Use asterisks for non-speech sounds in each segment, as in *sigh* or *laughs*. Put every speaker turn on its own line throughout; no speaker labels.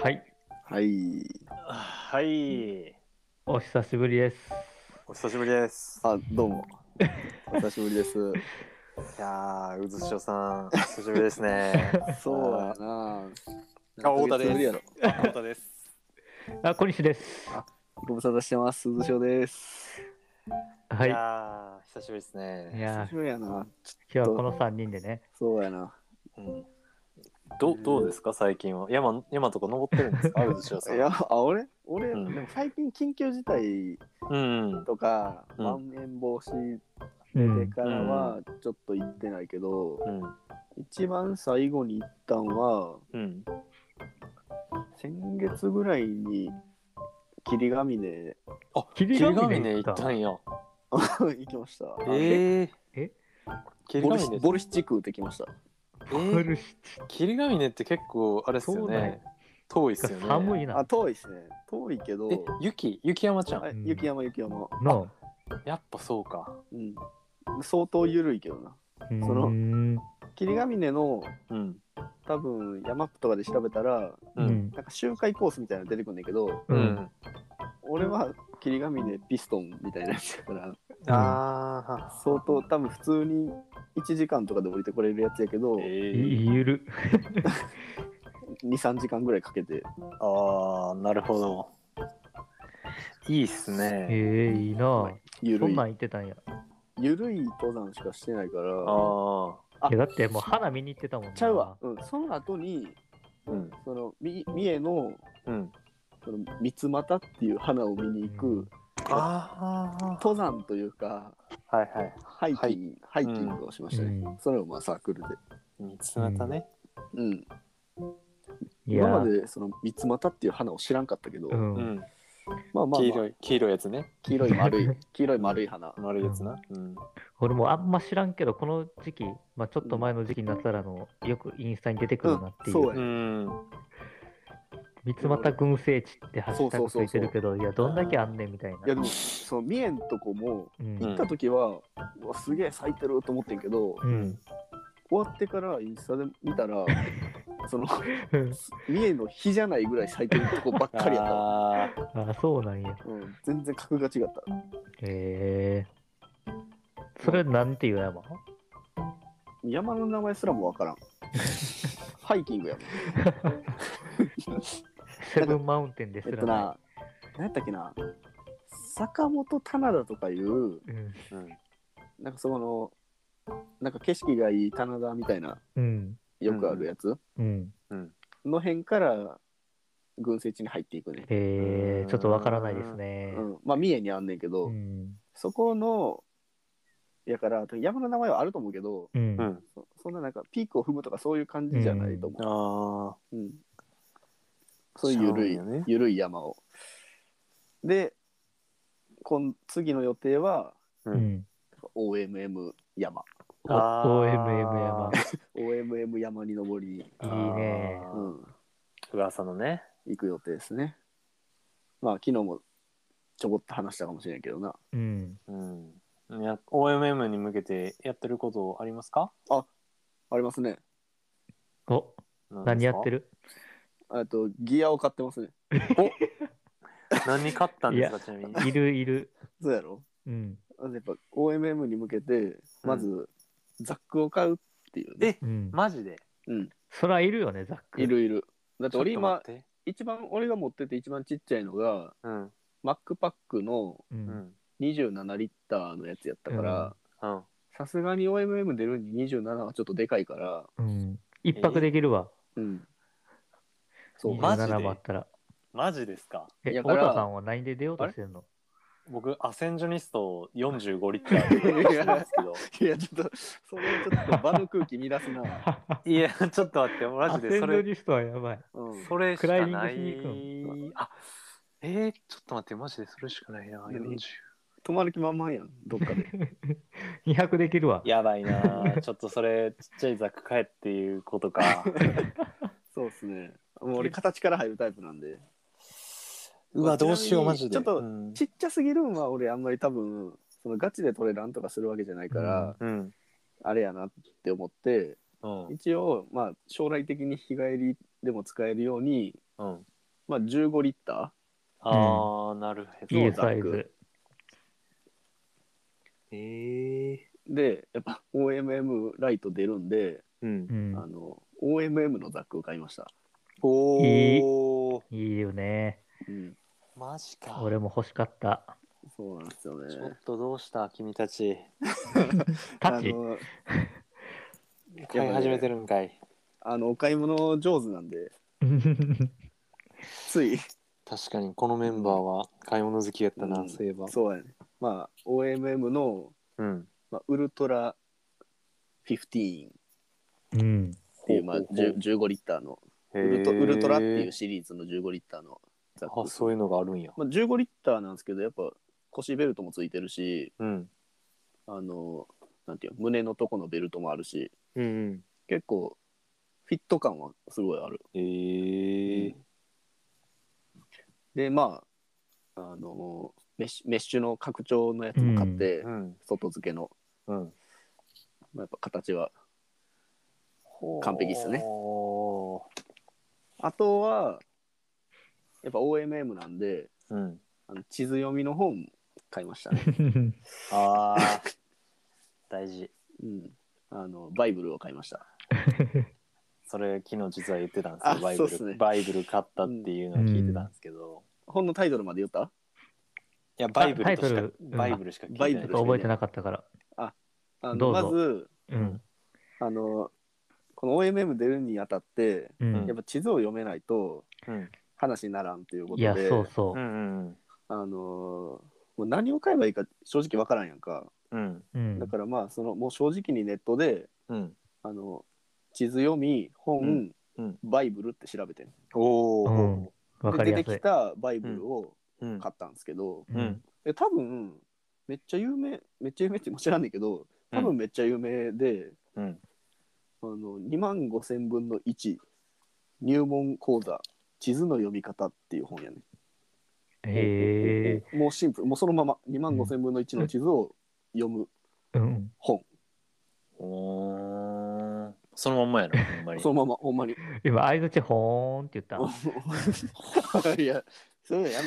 はい。
はい。
お久しぶりです。
お久しぶりです。
あ、どうも。お久しぶり
*laughs*
です。
いやー、うずしお *laughs* さん、お久しぶりですね。
そうやな。
あ、太田
何ヶ月ぶりやろ
です。太田です。
あ、小西です。
ご無沙汰してます。鈴翔です。
はいい。い
やー、久しぶりですね。
や
久
ー、
しぶりやな。
今日はこの3人でね。
そうやな。
うんどうどうですか最近は山山とか登ってるんです *laughs* かうずしおさん。
いや、あ、俺俺、
うん
でも最近緊急事態
うん
とか、
うん
まん延防止
う
で
ん。
からはちょっと行ってないけど、
うん
一番最後に行ったんは、
うん
先月ぐらいに霧ヶ峰 *laughs*
あ
霧
霧
ヶ
ヶ
峰
峰行
行った
ったんや。
行きました。
え
え
霧
ボ
ヶ
ルシ
峰
ボルシチクってきました。
え
ポ
ー
ルシチ
霧ヶ峰って結構あれっすよ
そうなんや
ね。遠いっ
が
すよね。
寒い
あ
な。
遠いですね遠いけど
え雪雪山ちゃ
あ
ん。
うん
雪山雪山
の、
やっぱそうか。
うん相当緩いけどな
う
その
ーん。
霧ヶ峰の
うん
多分山とかで調べたら
う
うんん。
なんか周回コースみたいなの出てくるんだけど
う。
うんん。
俺は霧ヶ峰ピストンみたいなやつだから
ああ、
相当多分普通に1時間とかで降りてこれるやつやけど
ええ
ゆる。
23時間ぐらいかけて
ああ、なるほど。いいっすね。
ええ、いいなあそ
緩
ん
い
なん行ってたんや。
緩い登山しかしてないから
あ
あ
いや、だってもう花見に行ってたもんな
ちゃうわ、。うん、その後に
あ、うん、
そのみ三重の
うん。
その三つ股っていう花を見に行く
ああ、
登山というか
はいはい。
ハイキング、ハイキングをしましたね。
うん
それをまあサークルで。
三つ股ね。
うん。
いや
今ま
ー、
でその三つ股っていう花を知らんかったけど、
うん。
う
うん
ん。
まあまあ、
黄
ま
色
あ、
い、黄色いやつね。
黄色い丸い、黄色い丸い花。
丸いやつな。うん。
俺もあんま知らんけど、この時期、まあちょっと前の時期になったらあの、よくインスタに出てくるなっていう
うんそう
う
や。
うん。
三つ股群生地ってハッシュタグついてるけど、いや、どんだけあんねんみたいな。
いやでも、その三重のとこも
うん
行った時は、うわすげえ咲いてると思ってんけど、
うん。
終わってからインスタで見たら、その
うん
三重の日じゃないぐらい咲いてるとこばっかりやっ
*laughs* ああ、
あ、そうなんや。
た。うん、全然格が違った。
へえそれなんていう山
*laughs*
山の名前すらもわからん。ハイキングやもん。
セブンマウンテンです
えっ
ら
と
な
な、何やったっけな、坂本棚田とかいう、
い。うん
うん。
なんかその、なんか景色がいい棚田みたいな、
うん。
よくあるやつ、
うん。
の辺から群生地に入っていくね。
え
うーん
ー、ちょっとわからないです
う
ね。
ん、まあ、三重にあんねんけど、
うん。
そこの、やから、山の名前はあると思うけど、
う。
うんん。
そそんななんかピークを踏むとかそういう感じじゃないと思う。
あ
うんそういう緩い、
そうなんやね
ゆるい山を。で、今次の予定は、
あ、う。
うんん。
OMM 山
お
あー
OMM 山。
OMM 山に登り
い
に、
いね
あ
う
ー。
ん、
噂のね。
行く予定ですねまあ昨日もちょこっと話したかもしれないけどな
うん。
うん。いや、OMM に向けてやってることありますか
ありますね
お、何やって
る
る
えっとギアを買ってますね
何買ったんですか、ちなみに。
いるいる。
そうやろ
うん。
まずやっぱ OMM に向けてまずザックを買うっていうね、
う
え
ん。
マジで
そらいるよね、ざっくり。
い。るいるだって俺
ちょっと
今
待って。
一番俺が持ってて一番ちっちゃいのが
うん。
マックパックの
う。
うんん。
27リッターのやつやったから
うん。
さすがに OMM 出るに27はちょっとでかいから
うん。一泊できるわ。
うんそう
マジで
27もあったら。
マジですか
え、
や
太
から
田さんは何で出ようとしてんの
僕、アセンジョニスト45リッターでやってるんですけ
*laughs*
ど。
いや、ちょっと、それはちょっと場の空気乱すな。
*laughs* いや、ちょっと待って、マ
ア
ジ
セ
で
ン
そ
ド
れ、
リストはやばい。
うん。
それしか
クラ
な
イミングし
い。あえー、ちょっと待って、マジでそれしかないな。
でも
40
泊まる気満々やん、どっかで。
2泊できるわ。
やばいな。ちょっとそれ、ちっちゃいザック買えっていうことか。
そうっすね。もう俺、形から入るタイプなんで。
*laughs* うわ、どうしよう、マジで。
ちょっと
うん。
ちっちゃすぎるんは俺、あんまり多分、そのガチでトレランとかするわけじゃないから、
うん。
あれやなって思って、
うん。
一応、まあ、将来的に日帰りでも使えるように、
うん。
ままあ、15リッタ
ああ、なるほど。
いい
ザ
サイ
ック
ズ。
ええ
ーでやっぱ OMM ライト出るんで、
うん
う。ん
あ。の OMM のザックを買いました、
おお、
いいよね。
うん、
マジか。
俺も欲しかった。
そうなんですよ
ちょ
ね
っとどうした君たち。
タチ
あの
買い始めてるんかい。
あのお買い物上手なんでつい
確かにこのメンバーは買い物好きやった
う
な、
ん
そういえば。
そうやねまあ OMM の、
うん。
まあ、ウルトラ15っ
*laughs* うん。
ていう、まあ、
ほうほうほう
10 15リッターの
ウ
ウルトウルトラっていうシリーズの15リッターのザッ
あ、
ク
そういうのがあるんや。
まあ、15リッターなんですけどやっぱ腰ベルトもついてるし
うん。
あのなんていうの胸のとこのベルトもあるし
うんうん。
結構フィット感はすごいある
ええ。
でまああのメッシュメッシュの拡張のやつも買って、
うん。
外付けの、
うん。
まあ、やっぱ形は完璧っすね
おー
あとはやっぱ OMM なんで
うん。
あの地図読みの本買いまし
*laughs*
たね、
ああ。 *laughs* 大事。
うん、あのバイブルを買いました
それ昨日実は言ってたんですよ
あ
バイ
そ
ブ
うっ
ル、
すね
バイブル買ったっていうのを聞いてたんですけど、い
本のタイトルまで言った
やバイブルとし
タ
か
イトル
バイブルしか聞いて
バ
な
イ
い
ブ
ちょっ
ル
と覚えてなかったから。
あ
ど
の
うぞ
まず
うん。
あのこの OMM 出るにあたって
う
やっ
ん。
ぱ地図を読めないと
うん
話にならんということ
い
で
や、そうそうう。
ん
あのーもう何を買えばいいか正直わからんやんか、
うん
うん
だ。からまあそのもう正直にネットで
うん
あの地図読み本、
うんうん
バイブルって調べてんで
お
うん
お、
わかりや
出
す
てき
い。
たバイブルを
うん
買ったんですけど、
たうん
え多分めっちゃ有名めっちゃ有名っても知らんねんけど多分めっちゃ有名で、
うん
あの2万5千分の1入門講座地図の読み方っていう本やね
へえ。
もうシンプルもうそのまま2万5千分の1の地図を読む
うん。
本、
おーそのまんまや *laughs* なほんまに
そのままほんま
*laughs*
に
今、相づちほーんって言った。
いや、それや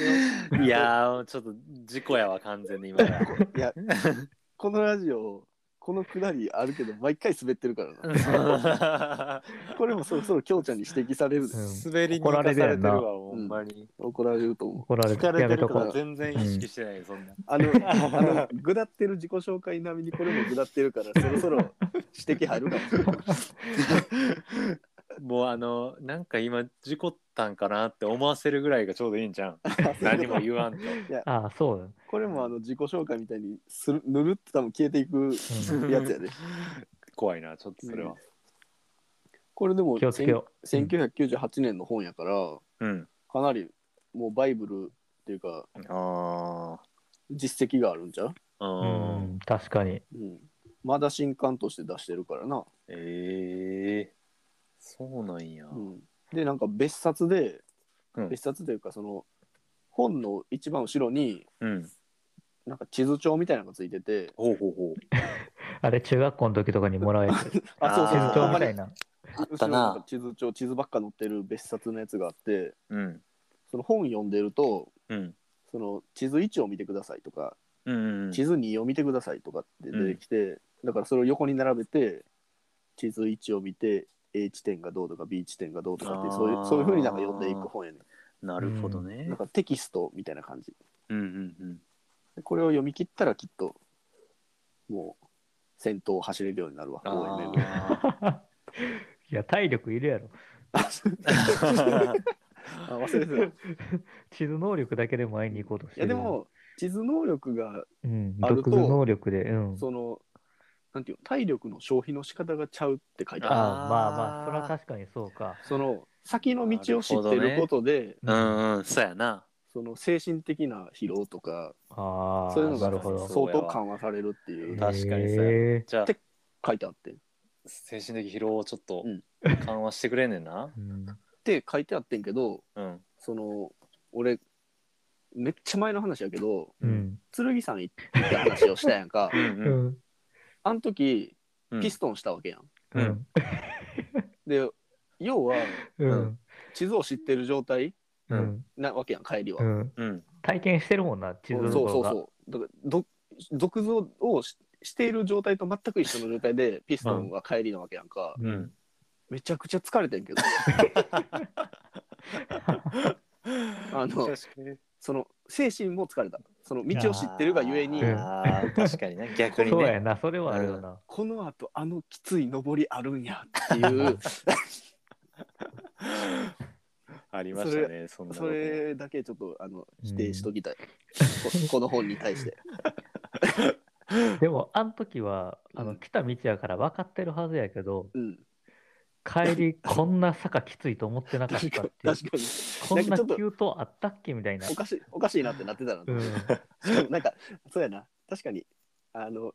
めよ
いやーちょっと事故やわ完全 *laughs* に今のは
う。いや、このラジオ、このくだりあるけど、毎回滑ってるからな。
*laughs*
これもそろそろ京ちゃんに指摘されるで、
うん
滑りに行かされてるわほんまに、
怒られると *laughs* 思う。
怒られ
疲れ
て、やめ
てる
と
か
こ
ら
う。
全然意識してないよそんな
あの、あの、ぐだってる自己紹介並みにこれもぐだってるから、そろそろ指摘入 *laughs* るかもしれない。
もうあのなんか今事故ったんかなって思わせるぐらいがちょうどいいんじゃ *laughs* ん何も言わんと
*laughs* ああ、そうよ。
これもあの自己紹介みたいにする、ぬるって多分消えていくやつやで。
怖いなちょっとそれは
これでも、
気をつけよう
せん1998年の本やから、
うん
かなりもうバイブルっていうか、
あ
実績があるんちゃう
あう、
うんん、確かに。
うん、まだ新刊として出してるからな、
ええそうなんや、
うん、でなんか別冊で、
うん
別冊というかその本の一番後ろに
うん、
なんか地図帳みたいなのがついてて
ほうほうほう
あれ、中学校の時とかにもらえる。
あー
あそう
地
そ
図
うそう
帳
ほん
み
ま
た
に
いな。
あっ
後
た
ろになんか
な
地図帳地図ばっか載ってる別冊のやつがあって
うん
その本読んでると
うん
その地図1を見てくださいとか、
うん
地図2を見てくださいとかって出てきて、だからそれを横に並べて地図1を見て A 地点がどうとか B 地点がどうとかってそうい
あー
うそういうふうになんか読んでいく本やね
なるほどね
なんかテキストみたいな感じ
うんうんうん
でこれを読み切ったらきっともう先頭を走れるようになるわ
あ
OMM
*laughs* いや、体力いるやろ。 *laughs*
*laughs* ー
あ忘れてたい
地図能力だけでも会いに行こうとして
や
る。
で、も地図能力が
うん、
あると
独自能力で、うん。
そのなんていうの体力の消費の仕方がちゃうって書いて
あ
ある
あ、まあまあ、
あー
それは確かにそうか。
その先の道を知ってることで、
うんうんそうやな
その精神的な疲労とか
ああ、
そういうのが
なるほど。
そ
相
うやわ
当緩和されるっていう
確かにそうや
へえ
じゃあ
て書いてあってっ
精神的疲労をちょっと
うん
緩和してくれんねんな
うん
て書いてあってんけど
うん
その俺めっちゃ前の話やけど
うん。
剣さん行って話をしたやん
*laughs*
か
う
うんん。
あの時
うん
ピストンしたわけやん、
う
うん
ん。
で要は
うん。
地図を知ってる状態
うん
うん
なわけやん帰りは、
うん
うん。
体験してるもんな、地図
そう
の
そう
動画。
そうだからど毒像をししている状態と全く一緒の状態でピストンは帰りなわけやんか、
う
うんん。
めちゃくちゃ疲れて
*laughs*
んけどあの
確かに
その精神も疲れたその道を知ってるがゆえに
うん
あー確かにね、逆に
そう
ね。
やな、それはあるよな。
このあとあのきつい登りあるんや
*laughs*
っていう
ありましたね、そんなこと
そ
も。
れだけちょっとあの否定しときたい、こ *laughs* この本に対して
でも、あの時は、あ
う
の、
ん
来た道やから分かってるはずやけど、
うん
帰
*laughs*
り、こんな坂きついと思ってなかったっ
確
ていう
かに。確かに
こん
なんか
な
ちょっと
急騰あったっけみたいな。
おかしいおかしいなってなってたな、
うん。
しかもなんかそうやな確かにあの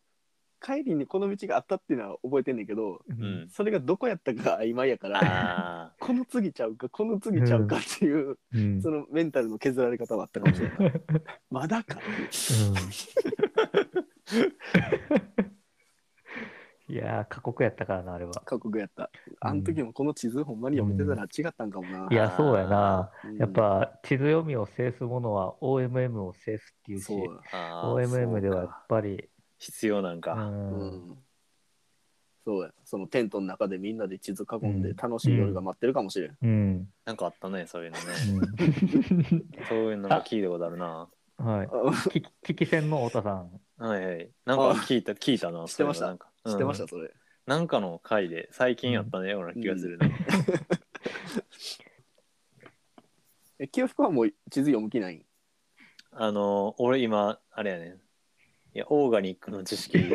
帰りにこの道があったっていうのは覚えてんねんけど
う
うんん。
それがどこやったかが曖昧やから
あ
この次ちゃうかこの次ちゃうかって *laughs* いう、
うん
そのメンタルの削られ方はあったかもしれない、まだか
*laughs* いやー、過酷やったからな、あれは。
過酷やったあの時もこの地図ほんまに読めてたら違ったんかもな、
いや、そうやな。
うん
やっぱ、地図読みを制すものは OMM を制すっていうし、
そうや
ーあー。
OMM では
そ
や
う
っ
か
ぱり、
必要なん
う、
か。
うんんそうやそのテントの中でみんなで地図囲ん
う
で
ん
楽しい夜が待ってるかもしれん、
うん、
なんかあったね、そういうのね。
うん *laughs*
そういうのが聞いたことあるな。
はい。
あ
き聞き戦の太田さん。
はいはい。なんか聞いた、聞いたな。
知ってました
そういうのなんか
知ってまし
う
た
ん
それ、
なんかの回で、最近やったね、ような気がするな。
え清福はもう地図読む気ないん
あの、俺今、あれやね。いや、オーガニックの知識入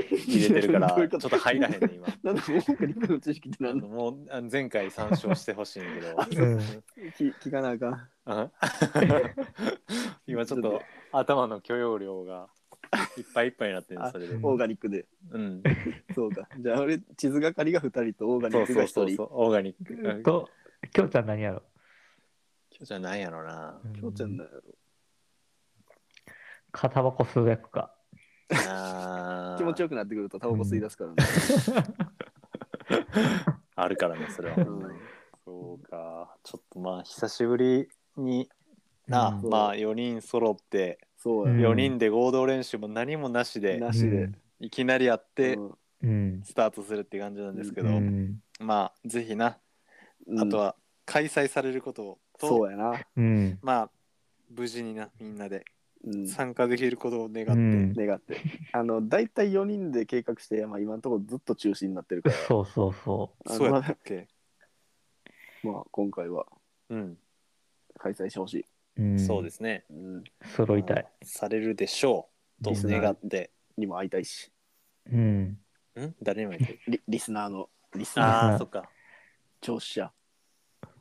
れてるから、
*laughs* どういう
ちょ
こと
っと入らへんね、今。
なんだろう文化理科の知識って
あ
何 *laughs*
の
の
もうあの前回参照してほしいんやけど
う
*laughs*
ん
聞聞かなあかん
あ *laughs* 今ちょっと頭の許容量がいっぱいいっぱいになってる
あ
それで
オーガニックで
うん
そうかじゃあ俺地図係が2人とオーガニ
そ
ッ
う
ク
そ
が
う
1人
そうそうオーガニックうん今
と、きょうちゃん何やろ
日じゃないやろな
う
きょうちゃんだよ
かタバコ吸う役か。
あー
気持ちよくなってくるとタバコ吸い出すからね、
あるからねそれは
うん
そうかちょっとまあ久しぶりにな
うん
まあ4人揃って
そう
うん
や、
4人で合同練習も何もなしで
なしで、
いきなりやって
うん
うん。
スタートするって感じなんですけ
う
ど
ん。
まあぜひな
うん
あとは開催されることと、
そうやな、
うん。
まあ無事になみんなで
うん、
参加できることを願って、
うん
願ってあの大体4人で計画して、まあ、今のところずっと中止になってるから
そうそうそ
あの
そうやったっけ、
*laughs* まあ今回は
うん、
開催してほしい、
う。うん、
そうですね
うん、
す。揃いたい。
されるでしょうと
リスナー
願って
にも会いたいし
うん。
ん誰にも言ってる
リリスナーのリスナー
あ
う
あ
ん
そっか
聴取者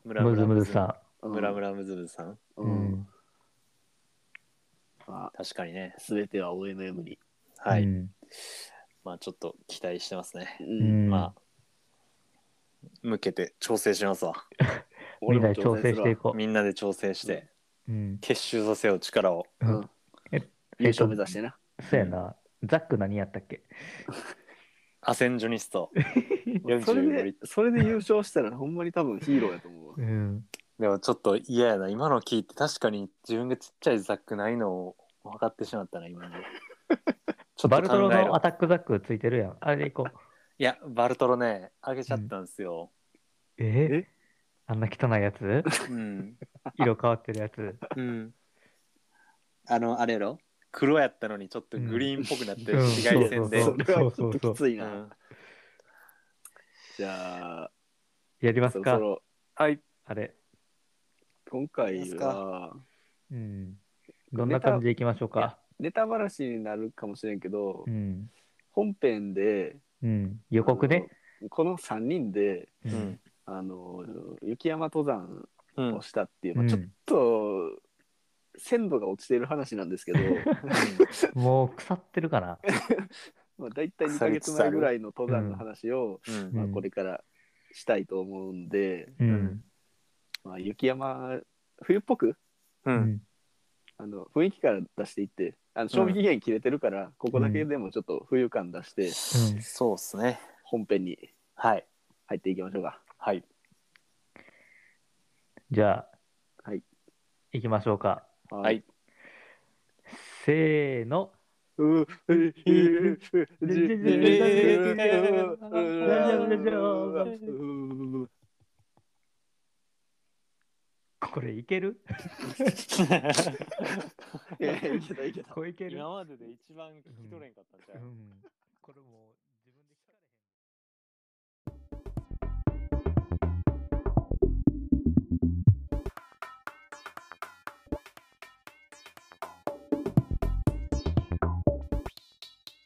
ム
むずむずさ
うん
ムラムラムズムズさん
ん。
う、
うんん。
まあ
確かにね
全ては OMM に、
はい、
うん。
まあちょっと期待してますね
う、
うんん
まあ向けて調整しますわ
みんなで調整していこ
みんなで調整して
う。うん。
結集させよう力を
う
うんん、
優勝目指してな。
そうやな。ザック何やったっけ
アセンジョニスト
それ
45リッ
で、それで優勝したら、ほんまに多分ヒーローやと思うわ。
うん。
でもちょっと嫌やな今の聞いて確かに自分がちっちゃいザックないのを分かってしまったな今のちょっ
バ
と
ルトロ
考え
の
ろ
アタックザックついてるやん。あれでいこう。
いやバルトロねあげちゃったんですよ、
えあんな汚いやつ
*laughs*
うん
色変わってるやつ。
うんあのあれやろ黒やったのにちょっとグリーンっぽくなって
うん
紫外線で、
う
うん
それはち
そう
ょっ
そう
と
そう
きついな。
ん
じゃ
やり
あ、
ます
そろ
か
そろ、
はい
あれ。
今回は、
うん。どんな感じでいきましょうか。
ネタばらしになるかもしれんけど
う、ん。
本編で、
うん。予告ね。
あのこの3人で、
う
うんん。
あの、雪山登山
うん
をしたっていう、
う
ま
ん
あ、ちょっと、鮮度が落ちている話なん *laughs* ですけど、
もう腐ってるかな。
まあ、大体2ヶ月前ぐらいの登山の話を、
うん
まあ、これからしたいと思うんで、
うん。
まあ、雪山冬っぽく
う
う
んん。
あの雰囲気から出していってあの賞味期限切れてるから、ここだけでもちょっと浮遊感出して
そうっすね
本編に
はい
入っていきましょうか。
はい。
じゃあ、
はい、
いきましょうか。
はい
せーの。これいける
いやいやいけたいけた
これいける
今までで一番聞き取れんかったんちゃ
う、
うん
これもう自分で聞かれ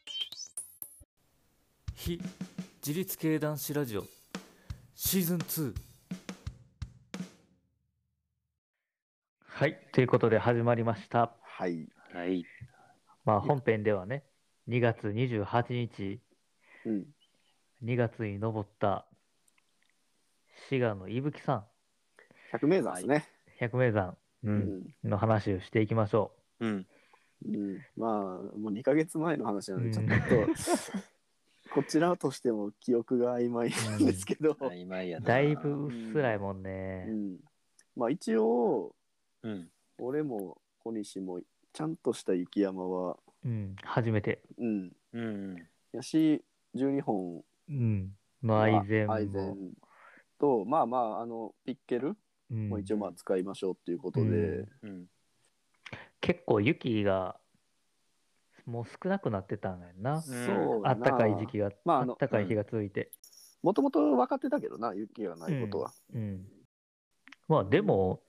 へん。非自立系男子ラジオシーズン2はいということで始まりました
はい
はい。
まあ本編ではね2月28日
うん
2月に登った滋賀の伊吹さ
百名山ですね
ん百名山、う
うんん
の話をしていきましょ
うん。
うんまあもう2か月前の話なんでちょ
う
っ
ん
とこちらとしても記憶が曖昧なんですけど
曖昧や
う
な。
だいぶうっすらいもんね
う、んまあ一応
うん。
俺も小西もちゃんとした雪山は
うん初めて、
うん
うん。
やし12本
うん、の
は
愛禅も、
愛禅とまあまああのピッケル
うん
も一応まあ使いましょうっていうことで、
うん
うん。
結構雪がもう少なくなってたんやんな、
うん
そう
あったかい時期が、
まあ
あ
あの
ったかい日が続いて、
もともと分かってたけどな雪がないことは、
うんまあでも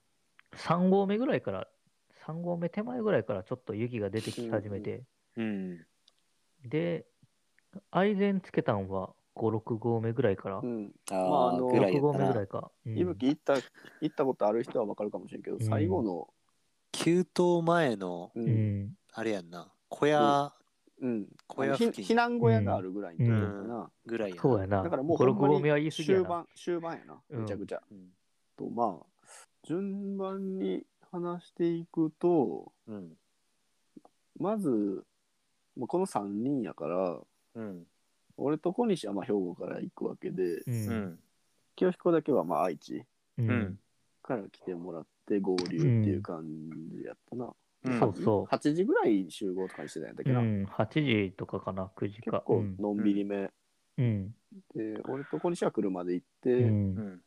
3合目ぐらいから3合目手前ぐらいからちょっと雪が出てき始めて、
うん。
で、愛禅つけたんは5、6合目ぐらいから、
う
6
ん、
あ
まああの
ーぐらいやっ
合
た
目ぐら。
ない
か。うん
いぶき行った行ったことある人は分かるかもしれんけど、
うん
最後の
給湯前の、
う、
うんん。
あれやんな。小屋、
うん
小屋
ひ
付
避
近
難小屋があるぐらいのところかな、
ぐらいやな。
そうやな。
だからもう
5、6
ほんまに
合目は言い過ぎや
終
な。
盤終盤やな
うん
めちゃくちゃ、
うん。
とまあ順番に話していくと
うん。
まずまあこの3人やから
うん。
俺と小西はまあ兵庫から行くわけで
う。
うんん。
清彦だけはまあ愛知
う
うんん。
から来てもらって合流っていう感じやったな、
うん
そうそう。
8時ぐらい集合とかにしてたんやったっけ
う
な、
ん、8時とかかな、9時
結
か。う
構
ん。
のんびりめ、
うん。
で俺と小西は車で行って、
うん
う。ん。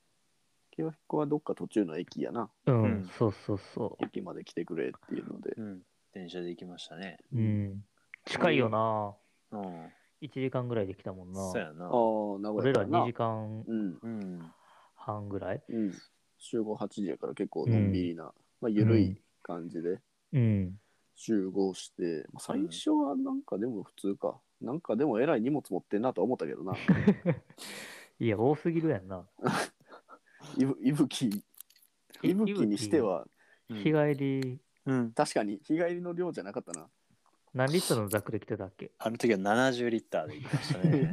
清彦はどっか途中の駅やな
うん
うん
そうそうそ
駅まで来てくれっていうので
うん。電車で行きましたね。
う。うん。近いよな。
うん。
1時間ぐらいできたもんな。
そうやな
あ。あ名古
俺
屋かららな
2時間
うん
うん。
半ぐらい。
うん、集合8時やから結構のんびりな、まあ、緩い感じで
うん。
集合して、まあ最初はなんかでも普通か、なんかでもえらい荷物持ってんなとは思ったけ
*laughs*
どな
いや、多すぎるやんな。
いぶいぶき
い
いぶきにしては
うん
日帰り、
うん。
確かに日帰りの量じゃなかっ
*laughs*
たな
何リットルのザックで来てたっけ
あの時は70リッターで行きましたね。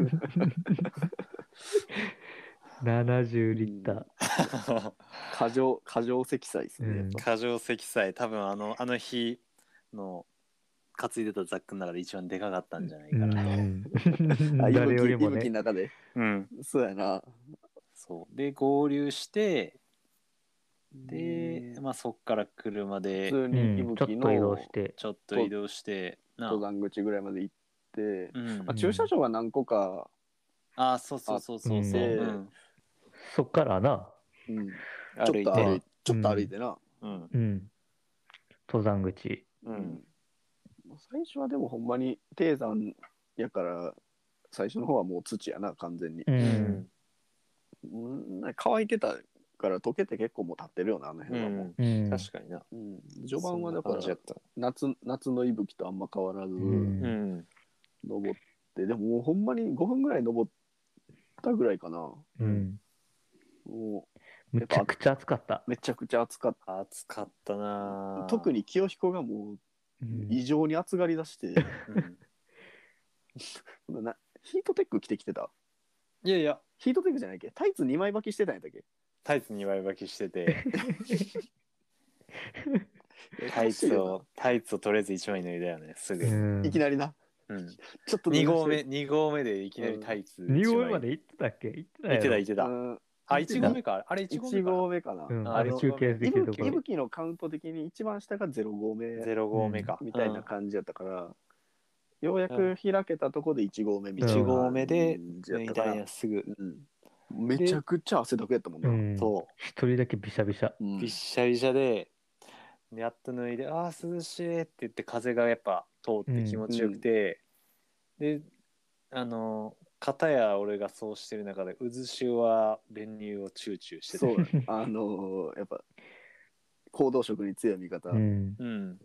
?70 リッター。
*laughs*
過剰過剰積載ですね、
うん
やっぱ
過剰積載、多分あの、あの日の担いでたザックの中で一番でかかったんじゃないかな。
あいぶ
誰
き
より
い
も
ぶき
ね
の。中で
うん。
そうやな
そう。で、合流して、
で
で、、まあそっから車
普
で
通
う
にい
ん
ぶ
ちょ
き
っと移動
の
して。
ちょっと移動して、な
登山口ぐらいまで行って、
うん
まあ、駐車場は何個か、
あ、そうそうそうそうそう。
うん
うん
そっからな、
うん
歩
ちょっと
いて
歩いちょっと歩いてな、
うん。
うん、登山口。
う。
うん最初はでもほんまに低山やから最初の方はもう土やな完全に、
う
うんん。
うん、乾いてたから溶けて結構もう立ってるよなあの
う
辺はも
ん
うん、
確かにな。
う、うん序盤はだから
そんな感じやっ
夏夏の息吹とあんま変わらず
うん
た。うん。
登って、でももうほんまに5分ぐらい登ったぐらいかなも
うん、
う
むちゃくちゃ暑かった。
めちゃくちゃ暑かっ
暑かったな
た
ぁ
特に清彦がもう異常に暑がりだして、
うん
なヒートテック着てきてた
いやいや、
ヒートテックじゃないっけタイツ2枚履きしてたんやったっけ
タイツにわいばきしてて、
お
タイ
かしい
ツ
よ
を、タイツをとりあえず一枚脱いだよね、すぐ。
ないきなりな
うん。
ちょっと
2合目、二合目でいきなりタイツ。
2合目まで行ってたっけ行ってた
行ってた、
よ
行って
だ
た。あ、1合目か。あれ1合目
1
か
合目かな。
うん、
あ
あれ
の
中継で
い
きると
ぶき
こ
い
ろ
ぶ。きのカウント的に一番下が0合
な。
目
0合目か。
みたいな感じやったから、ようやく開けたとこで1合目みたいな。
うん一
合目で
うん
うん。
やった
み
か
た
ら
いな、すぐ。
うんめちゃくちゃ汗だくやったもん
う
な。
ん。一
そ
人だけびしゃびしゃ。
うん
う。びっしゃびしゃで、でやっと脱いで、ああ、涼しいって言って、風がやっぱ通って気持ちよくて、で、あの、片や俺がそうしてる中で、渦潮は練乳をチューチューしてて
そう、あのーやっぱ行動色に強い味方、
うん。
うん。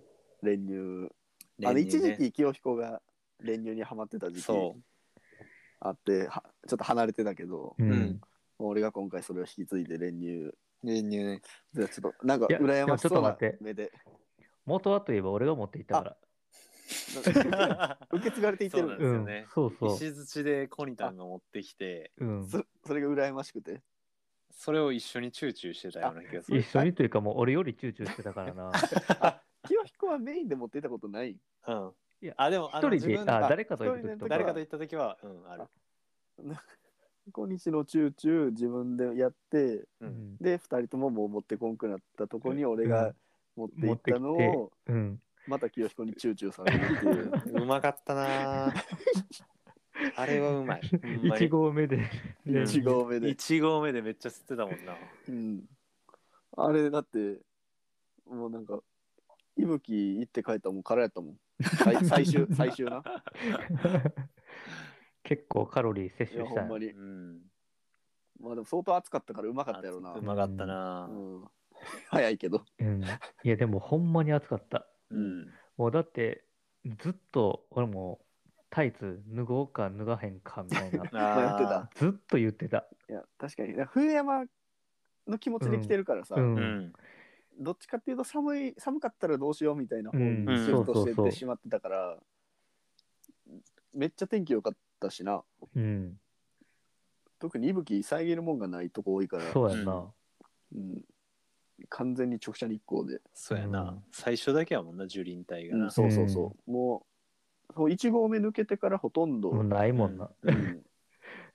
練乳あの
練乳
一
ね
時期清彦が練乳にはまってた時期
そう。
あってはちょっと離れてたけど、
う
うんん。
俺が今回それを引き継いで練乳
練乳ね。
じゃあちょっとなんか
いや
羨ましそう
でもちょ
な
っと待って
目で
元はといえば俺が持っていったから。
なんか受け継がれていって
そうなん
る
です
う
よ
ん
ね。
そうそう。
石槌でコニタンが持ってきて、
うん。
そ *laughs* それが羨ましくて
それを一緒にチューチューしてたような気がする
一。緒にというかもう俺よりチューチューしてたからな。
清彦はメインで持っていたことない
*laughs* うん
いや。
あ、でも、あの
一人
自
で、
分
あ、
が
誰かと行く時と
誰
か
かと。行った時は、うん、ある。
今日のチューチュー自分でやって
う。
うんん。
で2人とももう持ってこんくなったとこに俺
う
が
ん
持っていったのを
うん。
また清彦にチューチューされるっていう。
うまかったなぁあれはうまい。
1合目で。 *laughs*
うん
*laughs* 1合目で、
1合目でめっちゃ吸ってたもんな。
うん、あれだってもうなんかいぶき行って帰ったらもんからやったもん最
*laughs*
最終最終な
結構カロリー摂
いや
取し
ほ
た
んまに
うん。
まあでも相当暑かったからうまかったやろな
うまかったな
う
ぁ
ん、早いけど
うん。いや、でもほんまに暑かった。
*laughs*
うん。。
もうだって、ずっと俺もタイツ脱ごうか脱がへんかみたいな
あー
やってた
ずっと言ってた。
いや確かになんか冬山の気持ちで来てるからさ、
うん。
うん。
どっちかっていうと寒い寒かったらどうしようみたいな方
う
に
ん
シフトし
そ
て
うそうそ
っ
う
てしまってたから、めっちゃ天気良かったしな
うん。
特にいぶき遮るもんがないとこ多いから
そうやん
う
な。
うん、完全に直射日光で、
そうや
う。
なん最初だけやもんな、樹林帯が
う、。
なん
そうそうそう、もうそう1合目抜けてからほとんど、
もうないもんな。
うん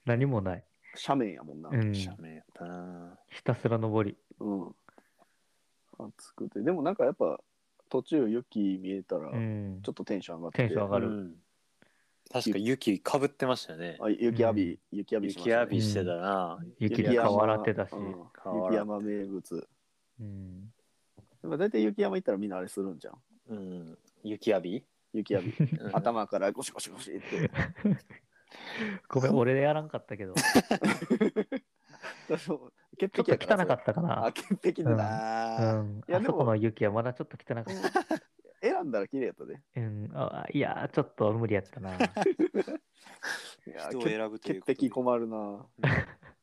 何もない。
斜面やもんな、
うん。ひ
斜面やったな
たすら登り。
うん暑くてでもなんかやっぱ途中雪見えたら、
うん
ち。ょっとテンション上がって
テンション上
ぁ
がる。
うん確か雪かぶってましたよね。
あ雪浴び、雪浴びしまし
雪
たね
浴びしてたな
雪で顔洗ってたし。
うん
顔洗っ
雪
て
山名物
うん。
でも大体雪山行ったらみんなあれするんじゃん
うん。雪浴び
雪浴び、
うん
頭からゴシゴシゴシって
*laughs* ごめん、俺やらんかったけど。ち
私も潔
ょっと
癖やら
汚かったか
それあ
な。
潔癖だな、
う
あ
ん。
いや
あ
で
そ
も
この雪はまだちょっと汚かった。
選んだら綺麗やったで
うん。あいやー、ちょっと無理やったな。
い
あ
や
人を
潔
選ぶとい
潔
うことで
癖困
*laughs*
るな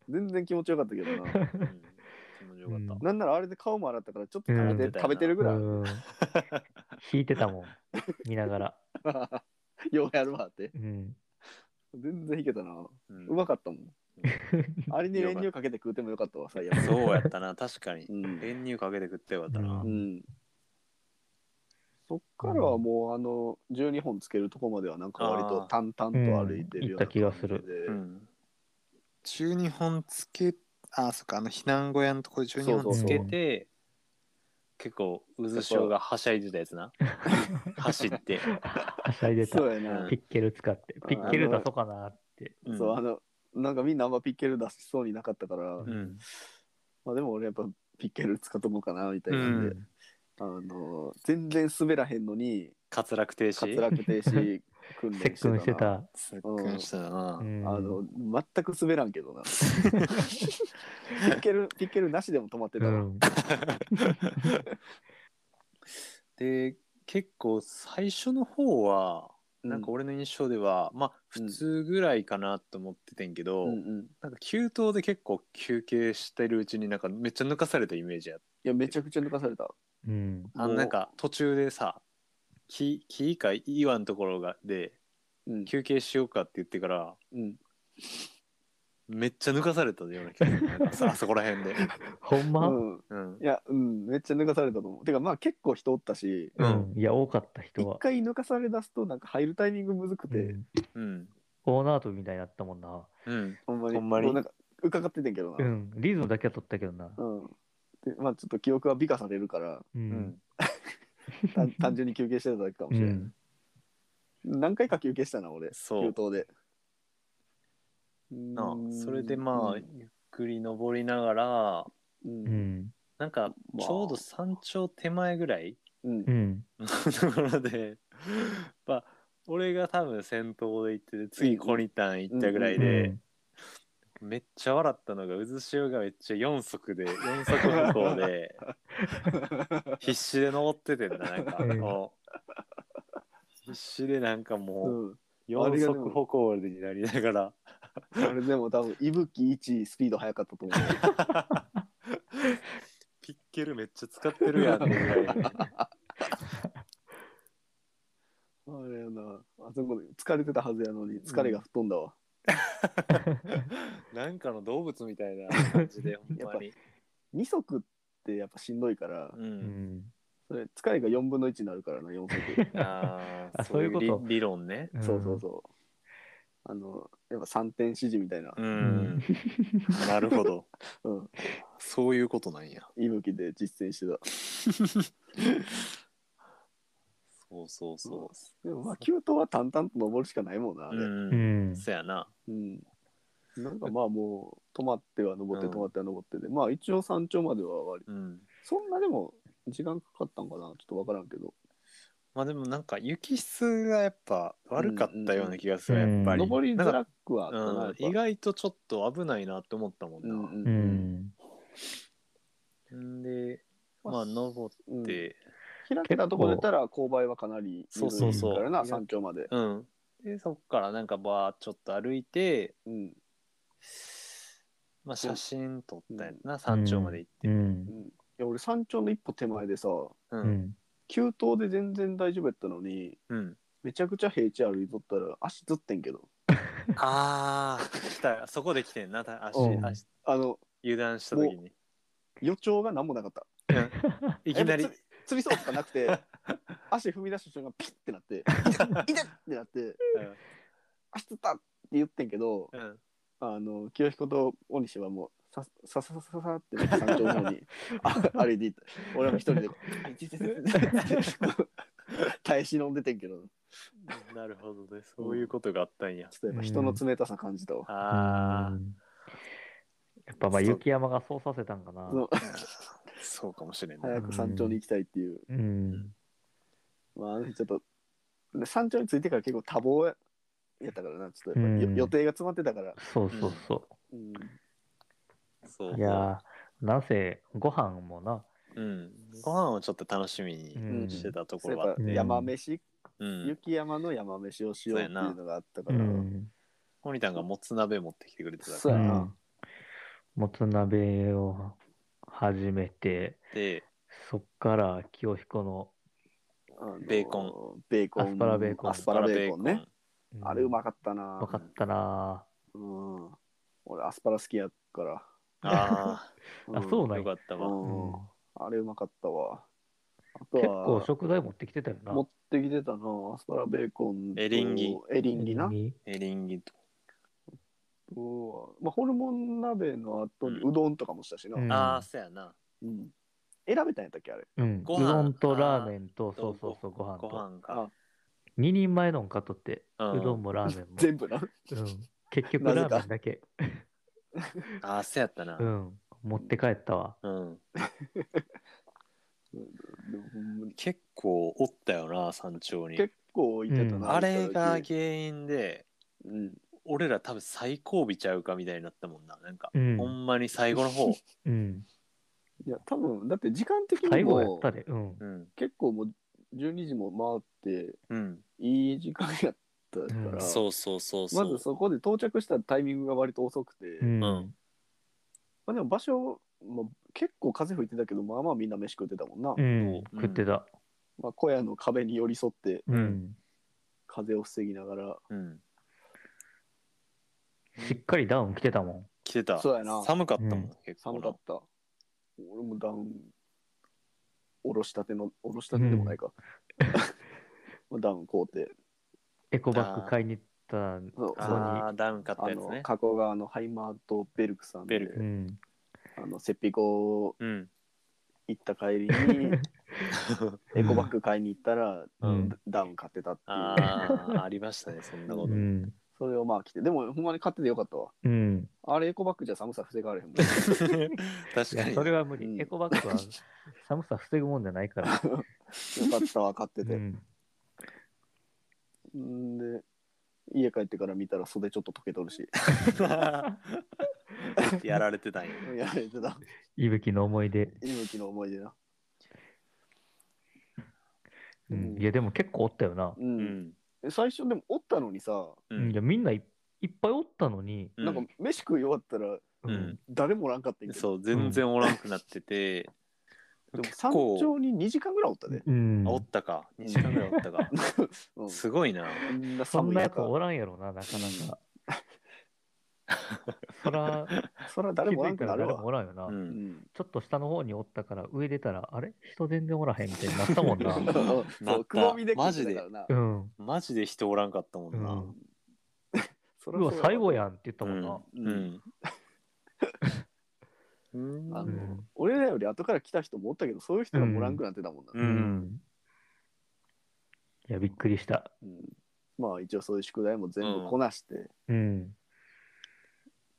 全然気持ちよかったけどな
うん気持ちよかった。
なんならあれで顔も洗ったからちょっと食べて,、
うん
食べてるぐらい、
うん。引いてたもん。見ながら。
*laughs* ようやるわって
うん。 *laughs*
全然いけたな
うん
うまかったもんあれに練乳かけて食うてもよかったわ最悪
*laughs* そうやったな、確かに
う。ん、
練乳かけて食ってよかったな
う。ん、そっからはもうあの12本つけるとこまではなんか割と淡々と歩いてるような感じで、
うん行った気がす
うん中二本つけ、あ、そっか、あの避難小屋のところ中二
そ
本
う
そ
つ
うそう
けて、結構、渦潮がはしゃいでたやつな。走って。
はしゃいでた
そ。うやな、
うん
ピッケル使って。ピッケル出そうかなって。
うん
そうあのなんかみんなあんまピッケル出しそうになかったから、
うん
まあでも俺やっぱピッケル使っとこうかなみたいなんで、
う
あの全然滑らへんのに
滑落停止。
滑落停止訓練
接
してた
*laughs* 吻し
な
てた。
すっくんしたな
う。
あ
ん
の全く滑らんけどなピッケルピッケルなしでも止まってた
う
わ、
ん。
で、結構最初の方は、
うん
なんか俺の印象では、まあ普通ぐらいかなと思っててんけど、
うんうんい
なんか給湯で結構休憩してるうちになんかめっちゃ抜かされたイメージやっ
やめちゃくちゃ抜かされた
うん。
たあの
もう
なんか途中でさ木木か岩のところがで
うん
休憩しようかって言ってから
うん
めっちゃ抜かされたような気がするなん
*laughs*
かさあそこら辺で、
ほんま
うん
うん
い、やうんめっちゃ抜かされたと思うてかまあ結構人おったし
う
う
ん。
ん
いや、多かった人
一
は。
回抜かされ出すとなんか入るタイミングむずくて、
うん
うん
オーナートみたいになったもんな。
うん
ほんまに
ほんまに
もうなんか伺っててんけど
う
な。
ん。リズムだけは取ったけどな。
うん。で、まあちょっと記憶は美化されるから、
う
うんん。
*laughs*
単単純に休憩してただけかも
う
しれない。
ん。
何回か休憩したな、俺。
そう
給湯で。
な
うん
それでまあゆっくり登りながら
う。
うんん。
なんか
まあ
ちょうど山頂手前ぐらい
うん
う。ん。
の *laughs* ところで、まあ、俺が多分先頭で行ってて次コニタン行ったぐらいで、
うん
めっちゃ笑ったのが渦潮がめっちゃ4足で4足歩行 *laughs* で必死で登っててんだなんか
うん
もう必死でなんかも
うん
う4足歩行になりながら
あれでも多分、いぶき1スピード速かったと思う。
ピッケルめっちゃ使ってるやんってぐらい
*laughs*
*laughs*
あれやな。あそこで疲れてたはずやのに、疲れが吹っ飛んだわ。
なんかの動物みたいな感じでほんまに、
2足ってやっぱしんどいから
う、
うんん
それ疲れが4分の1になるからな4足
あー
あ
そういう
そういうこと
理理論ね
うん
そうそうそうあのやっぱ3点指示みたいな
うん、
ん
*laughs* なるほど
うん
そういうことなんや
息吹で実践してた
そうそうそ
でもまあ給湯は淡々と登るしかないもんなあ
う
れ
うん、
うん。
そやな
うん、なんかまあもう止まっては登って止まっては登ってで、まあ一応山頂までは割
うん
そんなでも時間かかったんかなちょっと分からんけど
まあでもなんか雪質がやっぱ悪かったような気がする、
うん
やっぱり、
うん
登りづらくはあったな
う
や
ん
っ、ぱ
意外とちょっと危ないなって思ったもん
う
な、
んうん
う
うん
ん。
ん、でまあ登
うん
って
開けたとこ出たら勾配はかなり
そうそう
そう
緩いからな
意外と
山頂まで、
うん、でそっからなんかバーちょっと歩いて、
うん
まあ、写真撮ったやつな、
山
山頂まで行って、
う。
うんん、いや俺山頂の一歩手前でさ
うん
うん。
急登で全然大丈夫やったのに
うん
めちゃくちゃ平地歩いとったら足ずってんけど
ああ来たそこで来てんなた足
うん
足
あの
油断した時に
予兆が何もなかった
うんいきな
え
り
つ釣りそうとかなくて足踏み出した瞬間ピッてなって「痛っ!」ってなって「足つった!」って言ってんけど
うんうん
あの清彦と大西はもうささささささって山頂の方にあ歩いていった俺はもう一人で「あいててててて耐え忍んでてんけど
なるほどねそういうことがあったんや
ちょっとやっぱ人の冷たさ感じたわ、
ああ
やっぱまあ雪山がそうさせたんかな
そ。の
そうかもしれんない
早く山頂に行きたいっていう、
うん。
まああの日ちょっとで山頂に着いてから結構多忙やったからなちょっとやっぱりよ、
うん
予定が詰まってたから、
そうそうそ。
うん、
そうう
いやー、なんせご飯もな。
うんご飯をちょっと楽しみにしてたとこ
そう
ろ
や
はあ
っぱ
っ
うん
て
山飯、
うん
雪山の山飯をしようっていうのがあったか
う
ら、
ん。
ホニタンがもつ鍋持ってきてくれてた
そ
か
う
ら
やな
うんもつ鍋を始めて、
で
そっから清彦の。
あの
ベーコ
ベーコン
アスパラベーコン
アスパラベーコンね
ん
あれうまかったな
うまかったな
うん、俺アスパラ好きやから、
あ
ん
あそう
あ
な
よかっ
*laughs*
た
う
わ
ん
うん
あれうまかったわあと
結構
は
食材持ってきてたよな。
持ってきてたなアスパラベーコンと
エリンギ
エリンギな
エリンギと
そうまあ、ホルモン鍋の後に
うん
うどんとかもしたしな、
うん
ああそうやな
うん選べたんやったっけあれ
うん。う
ご飯
どんとラーメンと、そうそうそう、ご飯
ご
と。
飯か
2人前のん買っとって、
うん
うどんもラーメンも。
全部な
うん、結局
なぜ
ラ
か
ーメンだけ、
ああそうやったな
うん、持って帰ったわ。
うん
でもほんまに
結構おったよな山頂に
結構置いてたな、
うん
あれが
う
原因で
ん、
俺ら多分最後尾ちゃうかみたいになったもんななんか
うん
ほんまに最後の方
うん、
いや多分だって時間的に
最後やっ
も
たで、うん
う。ん
結構もう12時も回って
うん
いい時間やったから、
うん
そうそうそうそ
まず
う
そこで到着したタイミングが割と遅くて、
うん
うん
まあ、でも場所、まあ、結構風吹いてたけどまあまあみんな飯食ってたもんな、
うん
うん
食ってた。
まあ、小屋の壁に寄り添って
うんん、
風を防ぎながら
うん
しっかりダウン着てたも
来てた
そうやな
寒かったも
うん
ん結構
寒
な
かった俺もダウンおろしたてのお *laughs* ろしたてでもないか、まあダウン買うて
ん。エコバッグ買いにった、う
そう
あー
そこに
ああ、ダウン買った
あ
やつ
の
ね。
加古川のハイマーとベルクさんで
ベルク
ん。
あのセッピコ
うん。
行った帰りに
*laughs*
エコバッグ買いに行ったら、
うん
ダウン買ってたって
あ
いう
あ、ありましたね、そんな
う
こ
*laughs*
ん。
それをまあ着てでもほんまに買っててよかったわ
うん。
あれエコバッグじゃ寒さ防がれへん
*laughs*
もん
と。
い
確か
や、
に。
それは無
う
理。
ん
エコバッグは寒さ防ぐもんじゃない
*laughs*
から。
よかったわ買って
う
て、
ん。
ん、で家帰ってから見たら袖ちょっと溶けとるし
*laughs* やられてたん
や
や。
られてた
いぶきの思い出。
猪木の思い出な
う
うんん
いや、でも結構おったよな。
うん
う、ん。
え最初でもおったのにさ、
う
うん。いや、みんないいっぱいおったのに。
なんか飯食い終わったら
うん。
誰もおらんかったんやけど、
そう、全然おらんくなっ
*laughs*
てて。
でも
結
山
構、
頂に2時間ぐらいおったで、
うん
あおったか。2時間ぐらいおったか。
*laughs* うん、
すごいな。
みんな
そん
寒い
なやつ
中
おらんやろな、なかなか。
*laughs*
そら、
それは
気
誰もおら
づ
ん
い
く
た
な
ら
る
誰も
わ
おらんよな。
う。
うんん
ちょっと下の方におったから、上出たら、あれ人全然おらへんみたいになったもん
*laughs*
な。
な
そ
った
う、くぼみで
マジ
食っ
で
てたからな。
うん。
マジで人おらんかったも
うん
な。
ん。
そうりゃ
わ、
そう
最後
や
やんって言ったもんな。
うん
*laughs*
うん
あ
う
の
ん。
俺らより後から来た人もおったけど、そういう人がおらんくなってたもんな。
う
うんん。いや、びっくりした。
うんまあ一応そういう宿題も全部こなして。
うん。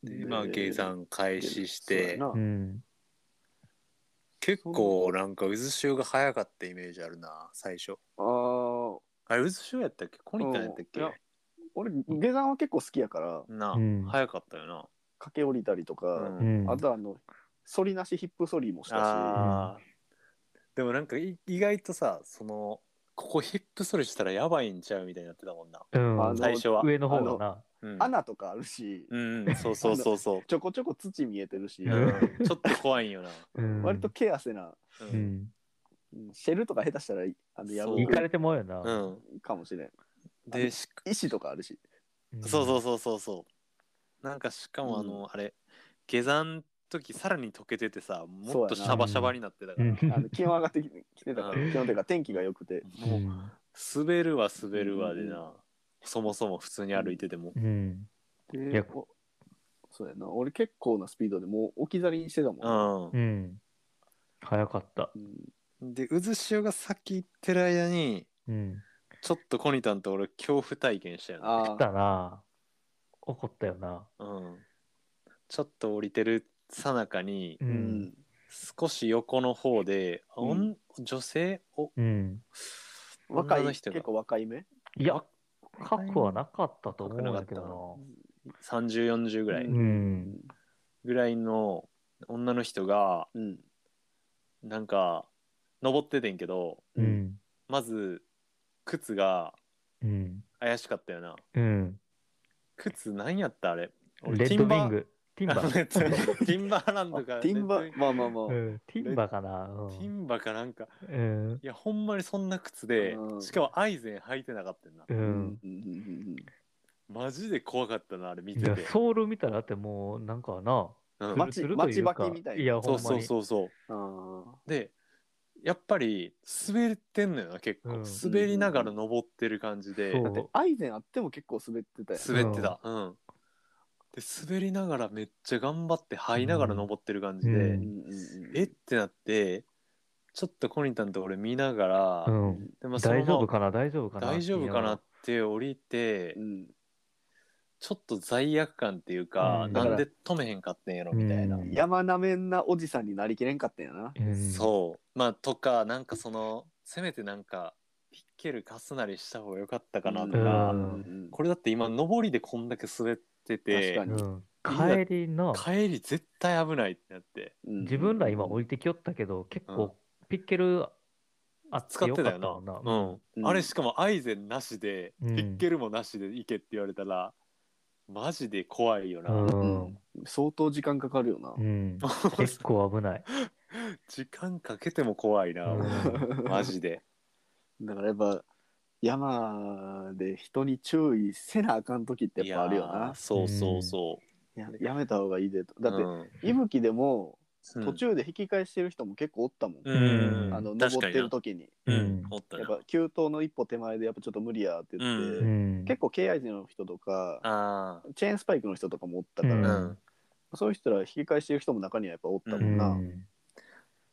でまあ
で
計算開始し
そうや
て
な
うん。
結構なんか渦潮が早かったイメージあるな最初
ああ、
あれ渦潮やったっけコニタンやったっけ
うんいや俺、下山は結構好きやから、
なあ、
うん
早かったよな
駆け下りたりとか、
う
うんん。
あとあの、反りなしヒップ反りもしたし、
あーでもなんかい意外とさそのここヒップソリしたらやばいんちゃうみたいになってたもんな
うん
あの
最初は
上の方がな。
うん、
穴とかあるし、
うんうんそうそうそうそう、
ちょこちょこ土見えてるし、
う
うんん、ちょっと怖いんよな、
うん
割と手汗な、
う
うんん。
うんシェルとか下手したらあのや
そ
ぶ
う
行かれてもうよな。
うん
かもしれん。
でし
石とかあるし。
ん
そうそうそうそうそうなんかしかもあの、
う
あれ下山の時さらに溶けててさもっ
そ
と
う
シ
やな
ャバシャバになってたか
う
ら、
ん。
あの *laughs* 気温上がってきてきてたから、
うん
気温というか天気が良くて、
もう
う
滑るは滑るわでな、
う
そもそも普通に歩いてても、
ん。い
で
や
おそうやな、俺結構なスピードでもう置き去りにしてたも。
うん
う
ん
ん。早かった
う。ん
で渦潮が先行ってる間に
うん。
ちょっとコニタンと俺恐怖体験したよね、
ああ、
だな。怒ったよな。
うん、ちょっと降りてるさなかに
う。
うんん。
少し横の方で、あおん
う
女性お
うん。
若い、
女の人
結
が
構若い目
いや、過去はなかったと思うんだけ
な
ど
3040ぐらい、
な。うん。
ぐらいの女の人が
うん。
なんか登っててんけど
う。ん。
まず靴が
うん。
怪しかったよな
うん。
靴何やったあれ
レッドウィング。ティンバー。
テ *laughs* ティンバーランド
あ
か
ティンバ
レッドウィン
まあまあまあ。
うんティンバーかな。
グティンバーかなんか
うん。
いやほんまにそんな靴で
うん
しかもアイゼン履いてなかったよな
う
うんん。うんうん
マジで怖かったなあれ見
い
て
や
て、
ソウル見たらだってもうなんかな、
うん
つるつるというか
街履きみたいない
や、ほんま
そう
に。
そうそうそう
うんあ
でやっぱり滑ってんのよな結構、
うん
滑りながら登ってる感じで、
そう
ーだってアイゼンあっても結構滑ってたよ。
滑ってた、うんで滑りながらめっちゃ頑張って這いながら登ってる感じで、
うん
うんうんうん
えってなってちょっとコニタンと俺見ながら、
うん。
でまあその
大
まま
丈夫かな大丈夫かな
大丈夫かな
っ
ってて降りて、
うん
ちょっと罪悪感っていうか、
うん
なんで止めへんかってんやろみたいな、
うん
山なめんなおじさんになりきれんかったんやな。
言うの。う
そうまあとかなんかそのせめてなんかピッケル貸すなりした方が良かったかなとか、
うん
うん
これだって今上りでこんだけ滑ってて
確か
ん。帰りの、
帰り絶対危ないってなって
うん
自分ら今置いてきよったけど、結構ピッケルあっ
使
て
っ
よ
て
か
た
っ
よ
た
な
もんな。
うん、あれしかもアイゼンなしで、
うん
ピッケルもなしで行けって言われたらマジで怖いよな、
う
うん
ん。
相当時間かかるよな
う。ん。結構危
*laughs*
ない。
時間かけても怖い
*laughs*
な、
うん
マジで
だからやっぱ山で人に注意せなあかん時ってやっぱあるよ
いやー
な
そうそうそ
ややめた方がいいでと
う
だって、
うん
息吹でも
うん
途中で引き返してる人も結構おったもん、
うん
あの
確
登
か
っ
に
て
な
る時に
うん
うんおった
や
な
っぱ急登の一歩手前でやっぱちょっと無理やって言って、
うん
ん
結構敬愛人の人とか
あ
チェーンスパイクの人とかもおったから、
う
あ
ん
うん
そういう人ら引き返してる人も中にはやっぱおったも
うん
な、
ん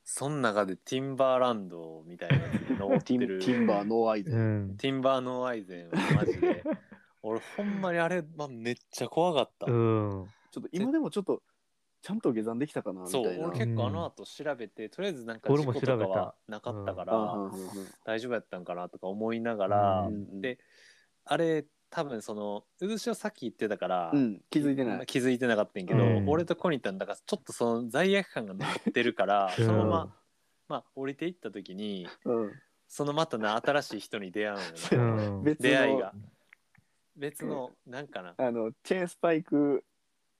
そん中でティンバーランドみたいなやつで登っ
テ
て
ィン
る
ティンバーノーアイゼン、
うん
ティンバーノーアイゼンはマジで *laughs* 俺ほんまにあれ、まあ、めっちゃ怖かった、
うん
ちょっと今でもちょっとちゃんと下山できたかなみた
そう
いな
俺結構あの後調べて、とりあえずなんか
俺も
事故
調べ
と
た
かはなかったから、
うんうんうんうん
大丈夫やったんかなとか思いながら、
うん
であれ多分その渦潮さっき言ってたから、
うん、気づいてない、
気づいてなかったんやけど、
うん
俺とコニタンだからちょっとその罪悪感が残ってるから
*laughs* うん
そのまま、まあ、降りていった時に
うん、
そのまたな新しい人に出会
う
うのよな、 *laughs*
うん
別の
出会いが別のなんかな
あのチェーンスパイク